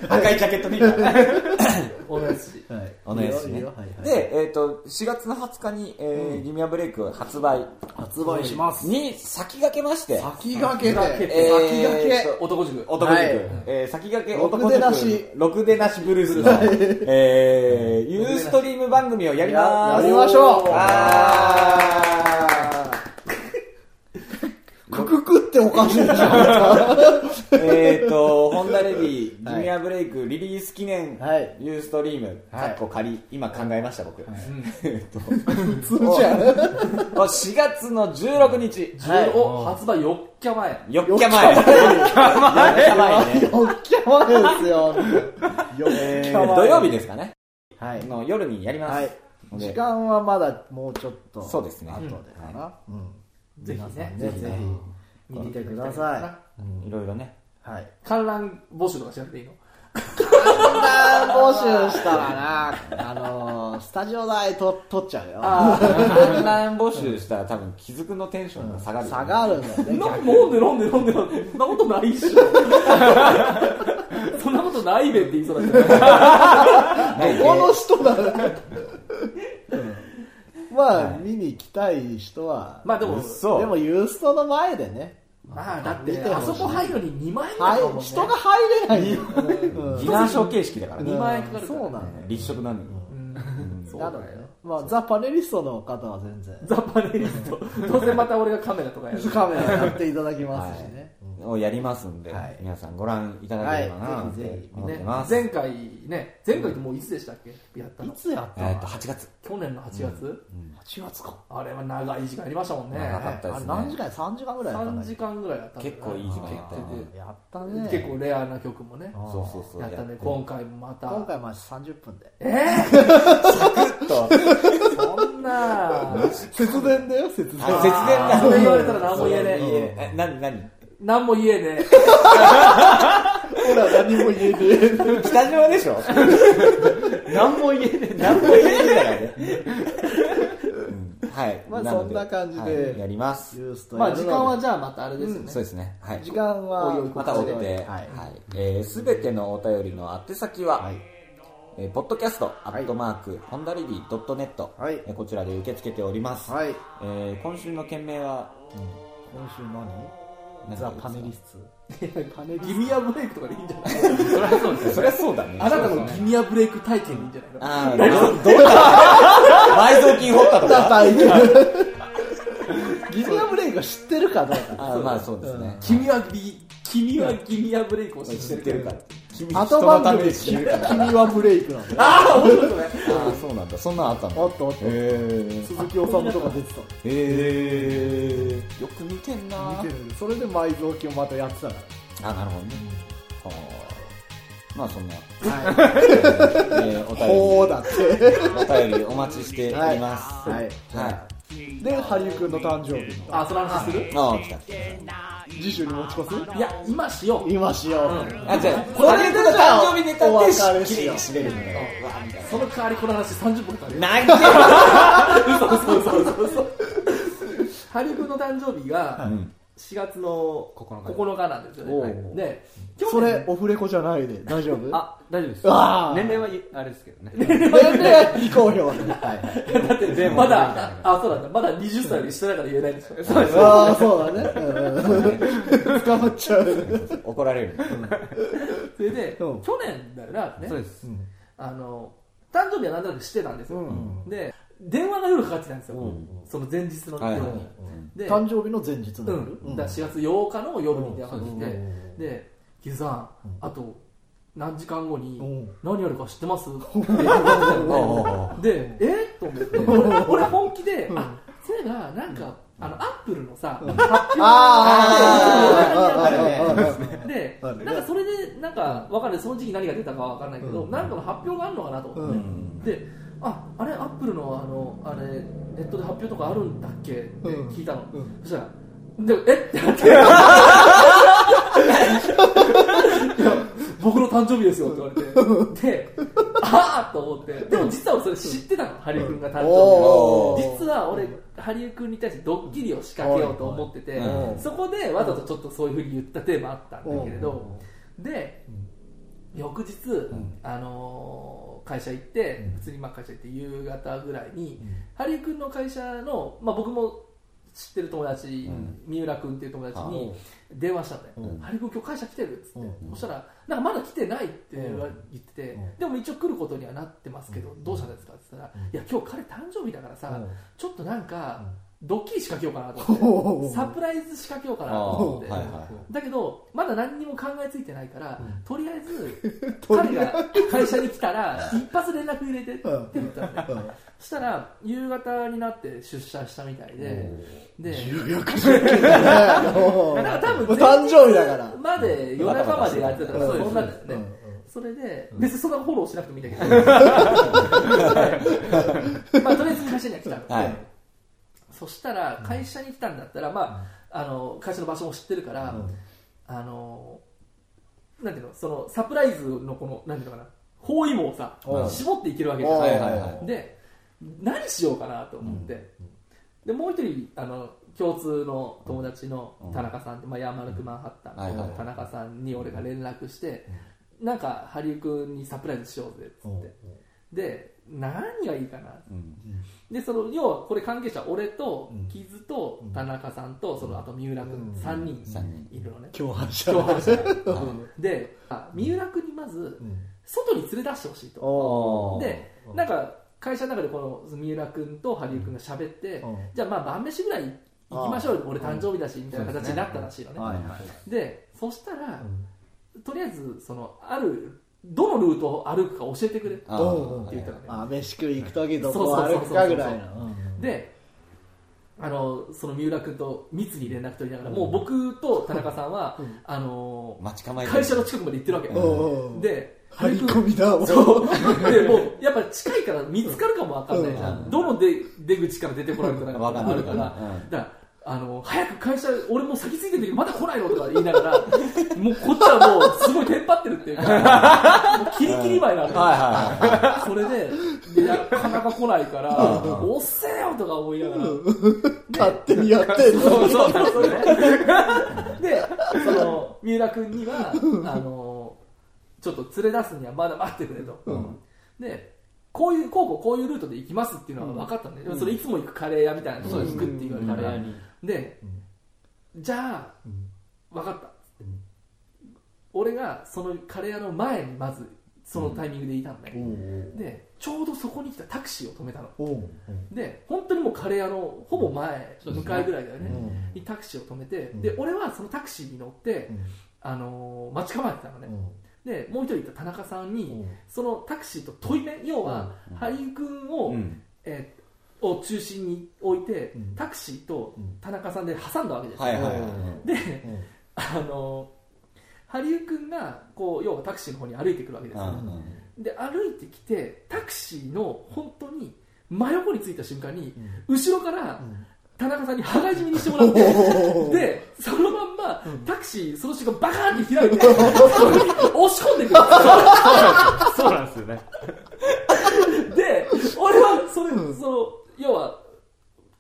A: 赤いジャケット見た。
C: お願いし。
B: はい、
A: お願いし
B: い
A: ね
B: よよはいはい、
A: で、えっ、と、4月の20日に、えーギミアブレイク発売
B: 発売します。
A: に先駆けまして、
B: 先駆けで、
C: 先駆け
B: えー先駆
A: えー
B: け
A: と。
C: 男塾。
A: 男塾、
B: はい
A: えー先駆け
B: ろくで
A: 男塾
B: なし
A: ろくでなしブルースの、えー、ユーストリーム番組をやりま
B: や
A: す
B: りましょう
A: あ
B: クククっておかしいじゃん。
A: ーえっとホンダレディギミアブレイクリリース記念、
B: はい
A: ユーストリームかっこ仮今考えました僕、えっと
B: 普通じゃ
A: *laughs*
B: ん。
A: 4月の16日
B: はい
C: お発売4日前。
A: 4日前4日前ね
B: おっきゃまです *laughs* よ。よっ
A: え
B: きゃ
A: ー
B: ま。
A: 土曜日ですかね
B: はい。
A: の夜にやります、
B: はい
A: ので
B: 時間はまだもうちょっと。
A: そうですね
B: 後でかな。うん。
C: ぜひね。
B: ね、ぜひ、見てくださ
A: いろいろね
B: い。はい。
C: 観覧募集とかしなくていいの
B: 募集したらな、あのー、スタジオ代と取っちゃうよ。
A: 観覧募集したら多分気づくのテンションが下がる、
B: 下がるんだよね。
C: な飲んで飲んで飲んで飲んで。そんなことないっしょ。そんなことないべって言いそうだけど。
A: ないね
B: この人だね。うんまあ、見に行きたい人は、
C: まあでも、
A: そう
B: でもユーストの前でね、
C: まあだっ
B: 見
C: て、
B: て
C: あ
B: ほしい
C: そこ入るのに2万円か
B: はい
C: かるもんね。
B: 人が入れないよ。
A: ディナーショー形式だからね
C: 2万円かかるから
B: そうなのよ。
A: 立食なのに、
C: そう
B: な
C: だ
B: のよ
C: ね。。
B: まあ、ザ・パネリストの方は全然、
C: ザ・パネリスト。当然また俺がカメラとかやる。
B: カメラやっていただきますしね。
A: をやりますんで、
B: はい
A: 皆さんご覧いただければな
B: はい
A: っ
B: ぜひぜ
A: て
B: ひ
A: 思って
C: ね
A: ます、
C: 前回ね、前回ってもういつでしたっけやった
B: い
C: の。
B: つやった
A: えっと
B: の
A: 8月
C: 去年の8月
B: ?8 月か。
C: あれは長い時間やりましたもんね。
A: 長かったですね
B: あれ何時間 ?3 時間ぐらいやったんだ
C: 3
B: っけ
C: 時間ぐらいやったんだよ
A: 結構いい時間やったよね
B: やったね。
C: 結構レアな曲もね
B: あー
A: そうそうそう
C: やった
A: や
C: ね
A: って
C: 今回もまた
B: 今回まあ30分で。
C: え
A: と
C: ー、そんな
B: 節電だよ、節電。
A: 節電だ
C: それ言われたら何も言えねえ
A: そう言えねええ何何
C: *laughs* 何も言えね
B: ほら、何も言えねえ。
A: 北島でしょ *laughs* 何も言えねえ何も言えねえからね、うんはい、
B: まあ
A: ので
B: そんな感じで
A: はいやります
B: ユース
C: え
B: ト
C: ま
B: や
C: あ
B: るの
C: 時
B: で
C: 間はじゃあまたあれですよね、
A: そうですねはい
B: 時間は、
A: また追って、はい
B: はい。
A: えすべてのお便りの宛先は、
B: はい
A: えー、ポッドキャスト、ア
B: い
A: ットマーク、ホンダレディドットネット、
B: はい
A: えーこちらで受け付けております。
B: はい。
A: えー今週の件名は、
B: 今週何ザ・パネリス
C: パネギミアブレイクとかでいいんじゃない
D: そりゃそうです
A: そ
D: よ。
A: りゃそうだね。
C: あなたのギミアブレイク体験でいいんじゃないの
A: ああ、どどうだ埋蔵金掘ったと *laughs*
B: ト。だ
A: か。
B: からいける。ギミアブレイクが知ってるかどうか。
A: ああ、まあそうですね。
C: 君はギ君はギミアブレイクを知
A: 知っ
C: ってて
A: る
C: る
A: か
C: からら。。
A: 君
B: 後番組で君はブレイクなんだよ。あ
A: ああ、そうなんだ。そんなんあったんだ。
B: おっとおっと。
A: え
B: 鈴木治とか出てた。
A: えええ。よく見てんな
B: 見てるそれで埋蔵金をまたやってたか
A: あ、なるほどね。はあ。まあそんな、
B: ら。はい。
A: えーお
B: こ
A: 便
B: うだって。
A: り、お便りお待ちしています。
B: はい
A: はい。はい。
B: で、ハリウ君の誕生日の。
C: あ、その話する
A: ああ、来た。
B: 次週に持ち越す
C: いや、今しよう。
B: 今しよう。
A: あ、じゃあ、
B: それ
A: ハリウッドの誕生日ネタ
B: お
A: で
B: 別れ
A: し、
B: し
A: きれい
B: よう
A: に締めるみたいな。うわみたい
C: その代わりこの話30分かかるよ。
A: な。な
C: そうそうそうそう。ハリウッドの誕生日が
A: ん
C: 4月の
D: 9日
C: 9日なんですよ
A: おう
C: ね。で、
B: それ、オフレコじゃないで。大丈夫
D: あ、大丈夫です
B: あー。
D: 年齢はいあれですけどね。
B: 全然非公表。はい。
C: だって
D: でも
C: まだ、あ、そうなんだ、まだ20歳より下だから言えないんですよ。そうです。
B: ああ、そうだね。うん捕まっちゃう。
A: 怒られる。
C: それで、
B: うん
C: 去年だよな、ね
D: そうです。
C: あの、誕生日はなんとなくしてたんですよ。
B: うん
C: で、電話が夜かかってきたんですよ。その前日の
A: はい
C: 夜
A: はい
C: に。で、
B: 誕生日の前日
C: う
B: の夜。
C: ん、だから4月8日の夜に電話が来て、で、キズさん、あと何時間後に
B: うん
C: 何やるか知って *laughs* ますって言ってきたんだよねで、えーと思って、俺俺本気で、あ、そういえばなんか、あの、アップルのさ、発表
B: あーあーあーあーあー
C: で、
B: あ
C: な
B: る
C: ん
B: ね
C: かそれで、なんか、わかんない、その時期何が出たかわかんないけど、なんかの発表があるのかなと思って、で、あ、あれ、アップルの、あの、あれ、ネットで発表とかあるんだっけって聞いたの。
B: うん
C: そしたら、でえっ
B: *laughs*
C: てなって、いや僕の誕生日ですよって言われて、で、ああと思って、でも実は俺それ知ってたの、ハリウ君が誕生日
B: お
C: を
B: ー
C: 実は俺、ハリウ君に対してドッキリを仕掛けようと思ってて
A: う、ん
C: そこでわざとちょっとそういうふうに言ったテーマあったんだけれど、で、翌日、あのー会社行って、普通にまあ会社行って夕方ぐらいに、ハリー君の会社の、まあ、僕も知ってる友達、三浦君っていう友達に電話したんだよ、ハリー君今日会社来てるっつって、そしたらなんかまだ来てないって言わ言ってて、でも一応来ることにはなってますけど、どうしたんですかって言ったら、いや今日彼誕生日だからさ、ちょっとなんか、ドッキリ仕掛けようかなと思って、サプライズ仕掛けようかなと思って。
A: あーはいはい
C: だけど、まだ何にも考えついてないから、とりあえ
B: *laughs*
C: ず、彼が会社に来たら、一発連絡入れてって言ったのね
B: うん
C: そしたら、夕方になって出社したみたいで、で、
B: もう
C: だから多分、
B: 誕生日だから。
C: まで、夜中までやってたから、
B: う
C: そ
B: ん
C: んなんだよ
B: う
C: ね
B: ん。
C: それで、別にそんなフォローしなくてもいいんだけ
B: *laughs*
C: ど、まあ、とりあえず会社には来たの。
A: はい。
C: そしたら会社に来たんだったら、まあ、あの会社の場所も知ってるから、あのなんていうのそのサプライズのこのなんていうのかな包囲網をさ
A: うん
C: 絞っていけるわけじゃ
A: は
C: ない
A: いはいはい。
C: で何しようかなと思って、でもう一人あの共通の友達の田中さんって、まあ、ヤーマルクマンハッタン
A: はいは
C: の
A: い
C: 田中さんに俺が連絡して、なんかハリウ君にサプライズしようぜっつって、で何がいいかなっつってでその要はこれ関係者俺と木津と田中さんとそのあと三浦君3人いるのね
B: 共犯者。
C: 共犯者
A: うん
C: *laughs* であ三浦君にまず外に連れ出してほしいと
A: おー
C: でなんか会社の中でこの三浦君と羽生君が喋って
B: うん
C: じゃあまあ晩飯ぐらい行きましょうよ俺誕生日だしみたいな形になったらしいのねでそしたらとりあえずそのあるどのルートを歩くか教えてくれって
A: あ
B: うん
A: ー
C: 言ったのね
B: あ、飯食い行くときどこ歩くかぐらいな。
C: であのその三浦君と密に連絡取りながら、もう僕と田中さんは、あの
A: 待ち構えてる
C: 会社の近くまで行ってるわけ、
B: うんうん
C: で
B: 張り込みだ、もう
C: そうでもうやっぱ近いから見つかるかもわかんないじゃん、どの出出口から出てこられるか
A: わかん
C: あ
A: ない
C: るか、
A: からら
C: だからあの早く会社、俺もう先ついてるけど、まだ来ないのとか言いながら、 *laughs* もうこっちはもう、すごいテンパってるっていうか、もうキリキリ前なんだよ、
A: はいはいはい。
C: それで、でなかなか来ないから、おっせえよとか思いながら、
B: 勝手にやってんの。
C: そうそうそうで、その、三浦君には、あの、ちょっと連れ出すにはまだ待ってくれと。で、こういう、こうこうこういうルートで行きますっていうのは分かったんで、それいつも行くカレー屋みたいなところに行くって言われた
D: カレー
C: ら、
D: 屋に。
C: で、じゃあ、分かった、俺がそのカレー屋の前にまずそのタイミングでいたのね、でちょうどそこに来たタクシーを止めたの
B: おう
C: で本当にもうカレー屋のほぼ前、
D: そうで
C: 向
D: すね
C: かいぐらいだよね、
B: おう
C: にタクシーを止めて、
B: うん
C: で俺はそのタクシーに乗って、
B: うん
C: あのー待ち構えてたのね、でもう一人いた田中さんに、
B: うん
C: そのタクシーと対面要は、俳優君を、
A: うん
C: えーを中心に置いて、
B: うん
C: タクシーと
B: うん
C: 田中さんで挟んだわけですよ、
A: はいはいは
C: で、
B: うん
C: あのハリウ君がこう要はタクシーの方に歩いてくるわけで
A: い
C: す
A: う
C: よ、
A: んうん
C: で歩いてきてタクシーの本当に真横に着いた瞬間に、後ろから田中さんに羽交い締めにしてもらって、
A: *laughs*
C: でそのまんま、タクシーその瞬間バカーンって開いてそこに押し込んでくるんですよ
D: そうなんですよね。
C: で、俺はそれ、その、要は、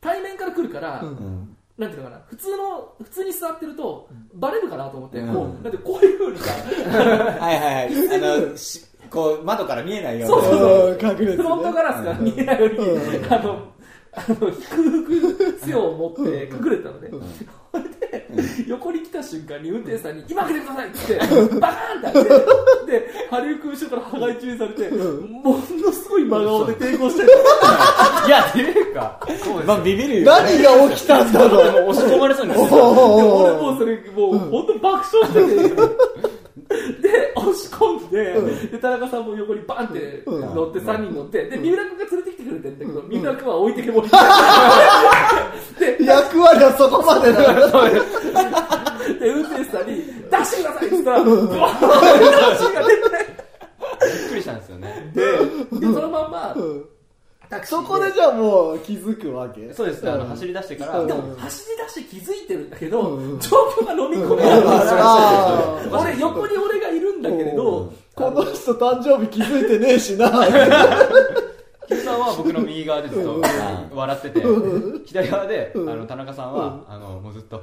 C: 対面から来るから、
A: ん
C: なんていうのかな、普通の、普通に座ってると、バレるかなと思って、
A: うん
C: もう、だってこういうふうにさ、
A: はいはいはい。あの、しこう、窓から見えないよう
C: そう
A: に。
C: そう
B: おう隠れて
C: フロントガラスが見えないように、
B: う
C: あの、あの、低く背を持って隠れてたのね。それで、横に来た瞬間に運転手さんに、今開けてくださいってって、バーンって開けて、で、ハリウ君後ろから羽がい注意されて、ものすごい真顔で抵抗してる。
D: いや、ていうか、そうです
A: まあ、
D: よ。
A: ビビるよ。
B: 何が起きたんだろう
D: でも押し込まれそうになっ
B: お
D: て
B: う
D: た
B: お
C: 俺
B: うおう
C: もうそれもう本当に爆笑してて、で押し込んで,、で田中さんも横にバンって
B: うん
C: 乗って、3人乗ってで三浦君が連れてきてくれてるんだけど、三浦君は置いてけぼりで
B: 役割はそこまでだから
C: で運転手さんに「出してください」って言ったらブワーッて出汁が
D: びっくりしたんですよね。
C: 出てでそのまんまタクシー
B: そこでじゃあもう気づくわけ
D: そうですね、あの、
B: ん
D: 走り出してか
B: う
D: ら
B: ん
C: で、も走り出して気づいてるんだけど、
B: うん
C: 状況が飲み込めないから、
B: ああ
C: 俺横に俺がいるんだけれど、
A: うん
B: この人誕生日気づいてねえしな
D: ヒデさんは僕の右側でずっと笑ってて、左側で、あの、田中さんは、あの、もうずっと、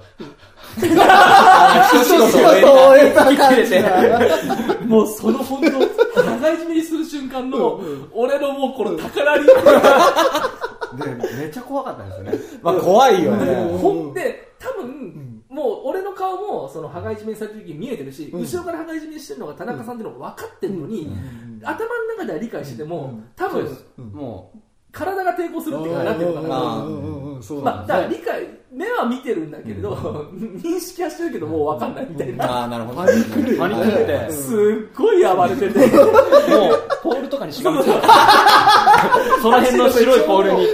A: あ一仕
B: 仕事
A: 事
B: を
A: 終え
B: 終えた
D: 引き
B: 感
D: 切れ
B: じ
D: て、
B: だ
C: もうその本当、長い締めにする瞬間の、俺のもうこの宝に、
D: で、めっちゃ怖かったんですよね。
A: まあ、怖いよ
B: うん
A: ね。
C: ほんで、多分、もう俺の顔も、その、羽交い締めにされてる時見えてるし、後ろから羽交い締めにしてるのが田中さんっていうのが分かってるのに、頭の中では理解してても、多分、
D: も
C: 体が抵抗するっていうかなってるのか
A: ん
C: な。
B: うんうんうんうんそう
C: ま
B: な
C: あ、
B: ん
C: だ
B: だ
C: から理解、目は見てるんだけれど、認識はしてるけど、もう分かんないみたいな。
A: ああ、なるほど。パニク
D: う、パニックって、
C: すっごい暴れてて。
D: もう、ポールとかにしがみついて、その辺の白いポールに、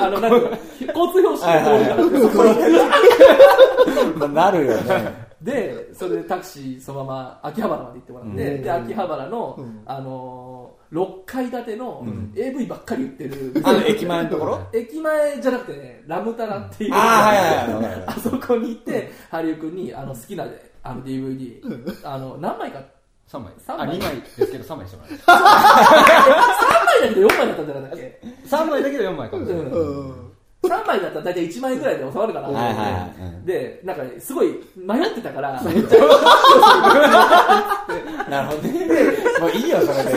C: あの、あの、なんか、交通標識の通りがあってそこに
A: なるよね。
C: で、それでタクシーそのまま秋葉原まで行ってもらって、
B: うん
C: で、秋葉原の、
B: ん
C: あのー、6階建ての AV ばっかり売ってる、
A: あの、駅前のところ
C: 駅前じゃなくてね、ラムタラっていう、
A: ああ、はいはいはい。
C: *laughs* あそこに行って、ハリウ君にあの好きなあの DVD、あの、何枚か、
D: 3枚。
C: 三枚
D: あ、2枚ですけど、3枚してもらいま
C: 3枚だけど4枚だったんじゃなかったっけ
D: *laughs* す。3枚だけど4枚かもしれない。
B: う
C: うん
B: ん
C: 3枚だったら大体1万円ぐらいで収まるから、
A: はいはいはいうん
C: で、なんか、ね、すごい迷ってたから、
A: なるほどね。もういいよ、それで。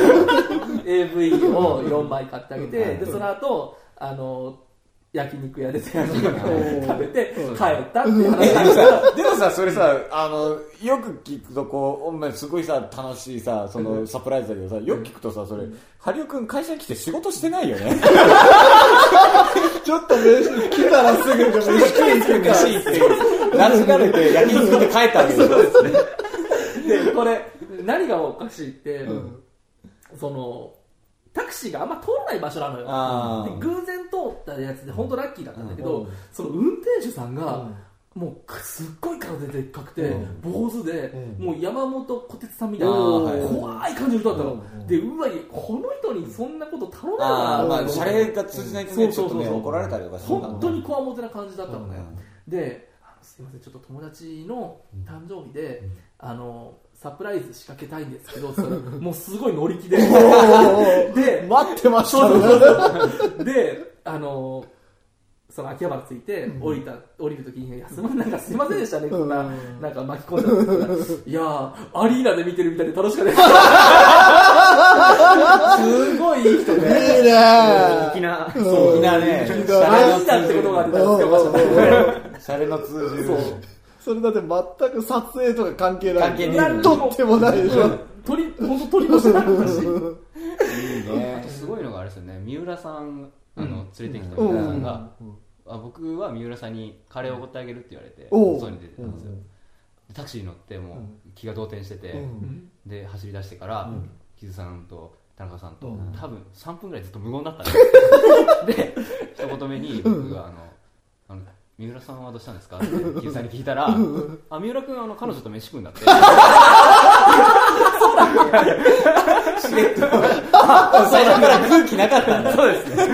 C: AV を4枚買ってあげて、でその後あの焼肉屋で食べて帰ったっていう話
A: でもさでもさ、それさ、あの、よく聞くと、こう、お前すごいさ、楽しいさ、その、サプライズだけどさ、よく聞くとさ、それ、ハリオくん会社に来て仕事してないよね。
B: ちょっと飯来たらすぐでも飯食いに行くから
A: 飯行って、ラジカルで焼き肉って帰ったわけでしょ。
C: でこれ何がおかしいって、そのタクシーがあんま通らない場所なの
A: あ
C: よ
A: ー
C: で偶然通ったやつで本当ラッキーだったんだけど、その運転手さんが、もうくすっごい体でっかくて、坊主で、もう山本小鉄さんみたいな
A: あーはい
C: 怖い感じの人だったの、でうわこの人にそんなこと頼めるか
A: ああ、
C: な
A: まあ、
C: と思って
A: 謝礼が通じないとね、ちょっとね、怒られたりとかするから
C: 本当にこわもてな感じだったのね、
A: うん
C: であのすいませんちょっと友達の誕生日で、あのサプライズ仕掛けたいんですけどそれ *laughs* もうすごい乗り気 *laughs* でで
B: 待ってました
C: そう
B: ね
C: そうそうそうであのその秋葉原着いて降りた、降りるときに「いやすいませんなんかすいませんでしたね」こんな
B: うん
C: なんか巻き込んだ *laughs* いやーアリーナで見てるみたいで楽しかったです *laughs* すごいいい人
B: いい
C: で
B: ね
D: 粋な、
A: そう、みんなね、
B: 粋
A: 謝
B: だ
C: ア
A: 礼
C: リーナってことが出たん
B: うん
C: ですよ
B: うんうん
A: の、謝礼の通じる。
C: そう
B: それだって全く撮影とか関係ない。
A: 関係ねえのに
B: とってもないでしょ。
C: 取り、本当取り越してなかったし。
D: あと *laughs* すごいのがあれですよね三浦さんあの連れてきた三浦さんが、あ僕は三浦さんにカレーをおごってあげるって言われて
B: おう
D: 外に出てたんですよ、でタクシーに乗ってもう気が動転してて、
B: うん
D: で走り出してから、木津さんと田中さんと、多分3分ぐらいずっと無言だったん *laughs* ですよで一言目に僕があの「あの三浦さんはどうしたんですか?」って木津さんに聞いたら「あ三浦君あの彼女と飯食うんだ *laughs* って」
A: 最初から空気なかったんだ。そうですね。なる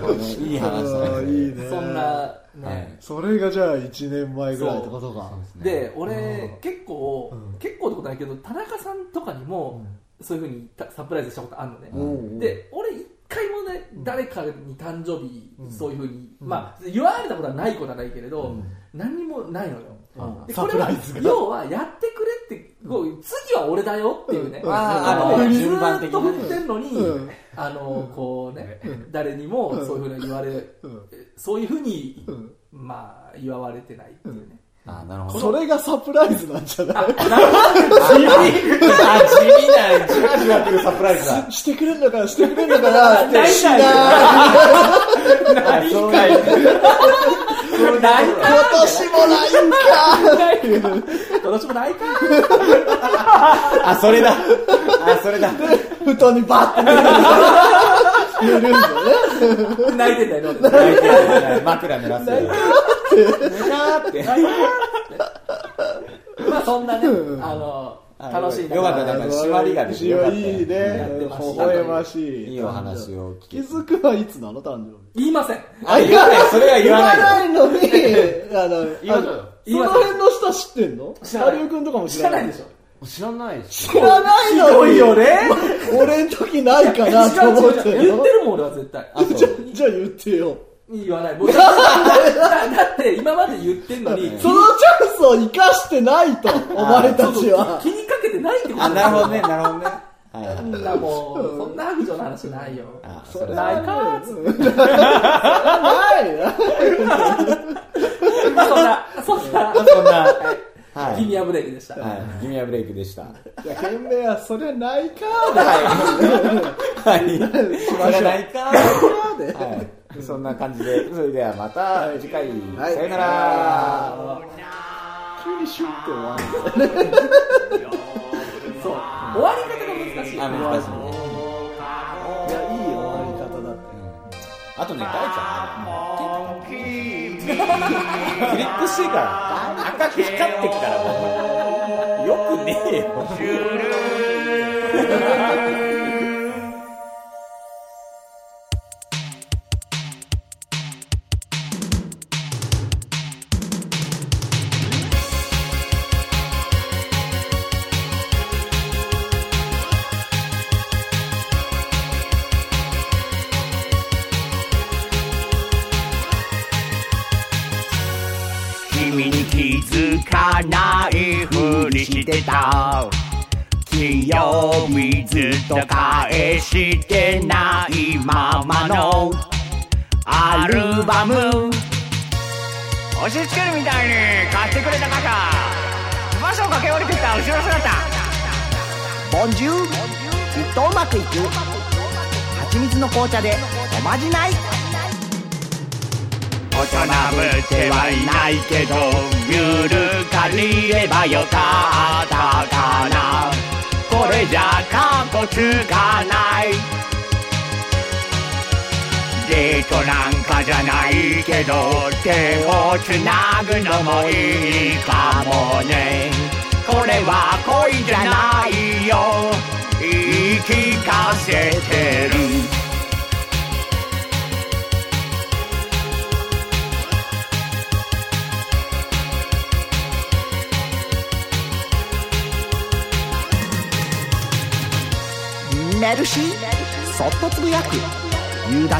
A: ほどね。いい話
B: あ
A: だ
B: あ、
A: ね。
B: いいね。
C: そん。な、
A: は
C: ね。
A: い。
B: それがじゃあ1年前ぐらいってことか。
C: で、俺、結構、結構ってことないけど、田中さんとかにも、そういうふうにたサプライズしたことあるのね。
B: うん
C: で、俺一回もね、誰かに誕生日、そういうふうに、まあ、言われたことはないことはないけれど、何にもないのよ。
B: うん
C: で
B: サ
C: こ
B: プ
C: れ
B: ラ
C: は
B: イズが、
C: 要は、やってくれって、こう次は俺だよっていうね。
B: うん
A: ああ
C: こ
A: あ
C: う
A: の
C: ず
A: 順番
C: ーっ
A: 的
C: と
A: な
C: 振ってんのに
B: うん、
C: あの、こうね、誰にもそういうふうに言われ、
B: うん
C: そういうふうに
B: うん、
C: まあ、祝われてないっていうね。
A: あ、なるほど。
B: それがサプライズなんじゃない
A: 地味あ、地味な、じわじわくるサプライズだ。
B: してくれんのかなしてくれんのかなって。
C: ない
B: しない。
A: 何回
B: 今年もないんか。
C: ないか。どっちもないか。
A: あ、それだ。あ、それだ。
B: 布団にバッて寝るんだよね。
C: 泣いてんだよ、俺
A: 泣いてる枕濡らす。寝たーって。
C: まあ、そんなね、
B: うん
C: あの、
A: あ
C: 楽しいな
A: よかったね縛りが出てよかったよ
B: いいね。
A: や
C: ってまし
B: 微
C: た
B: 笑ましい。
A: いいお話を聞
B: 気
A: けて。
B: づくはいつなの誕生日。
C: 言いません。
A: あ、言わない。それは言わない。
B: いのに、あの、
D: 言わ
B: あ
D: ない
B: の
D: よ
B: その辺の人知ってんの
C: 知らない
B: 有吉君とかも知
C: 知
B: ら
C: ら
B: な
C: ない
B: で
C: いで
B: し
C: しょ。
D: 知らないし
B: ょ知らない
C: ひど
B: の
C: い
B: に
C: よね。
B: 俺ん時ないか
C: 違う
B: なと思
C: 違う
B: って
C: 違う。言ってるもん、俺は絶対。
A: あ、そう。
B: *laughs* じゃあ言ってよ。
C: 言わない。もうだだって、今まで言ってんのに、
B: そのチャンスを生かしてないと、お前たちは。
C: 気にかけてないってこと
A: あ、
C: だ
A: なるほ
C: よ
A: どね、なるほどね。はいはい
C: そんなもう、そんな悪女の話ないよ。
A: あ、そ
B: そ
A: れ
B: れ
A: だ。
B: は
C: ないか
B: うんそれはないな。
C: まあ、そんな、そんな、
A: そんな、は
C: ギ
A: い。
C: ミアブレイクでした。
A: はい。ギミアブレイクでした。はい
B: や、懸命は、そりゃないか
A: い。
B: しましょう
A: それないか
B: ーで。
A: はい。そんな感じで、それではまた次回、
B: い
A: さよなら。
B: 急にシュッて終わる。
C: そう。終わり方が難しい。
A: あ、難しいね。
B: いや、いい終わり方だって。
A: あとね、大ちゃんね、クリップしてから、赤く光ってきたらもう、よくねえよ。
F: 君に気づかないふりしてた金曜日ずっと返してないままのアルバム押し付けるみたいに貸してくれた方翼を駆け下りてった後ろ姿ボンジュールきっとうまくいく蜂蜜の紅茶でおまじない大人ぶってはいないけどゆるかりればよかったかなこれじゃかっこつかないデートなんかじゃないけど手をつなぐのもいいかもねこれは恋じゃないよ言い聞かせてる寝るしそっとつぶやく夕立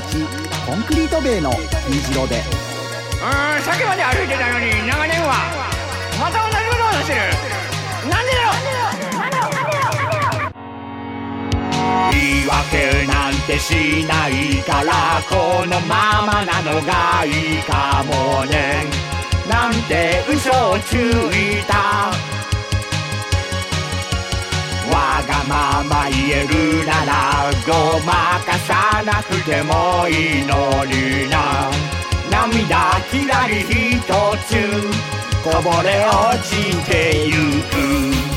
F: コンクリート塀の虹色でうーんさっきまで歩いてたのに長年はまた同じことを話してるなんでだろう言い訳けなんてしないからこのままなのがいいかもねなんて嘘をついたわがまま言えるならごまかさなくてもいいのにな涙きらりひとつこぼれ落ちてゆく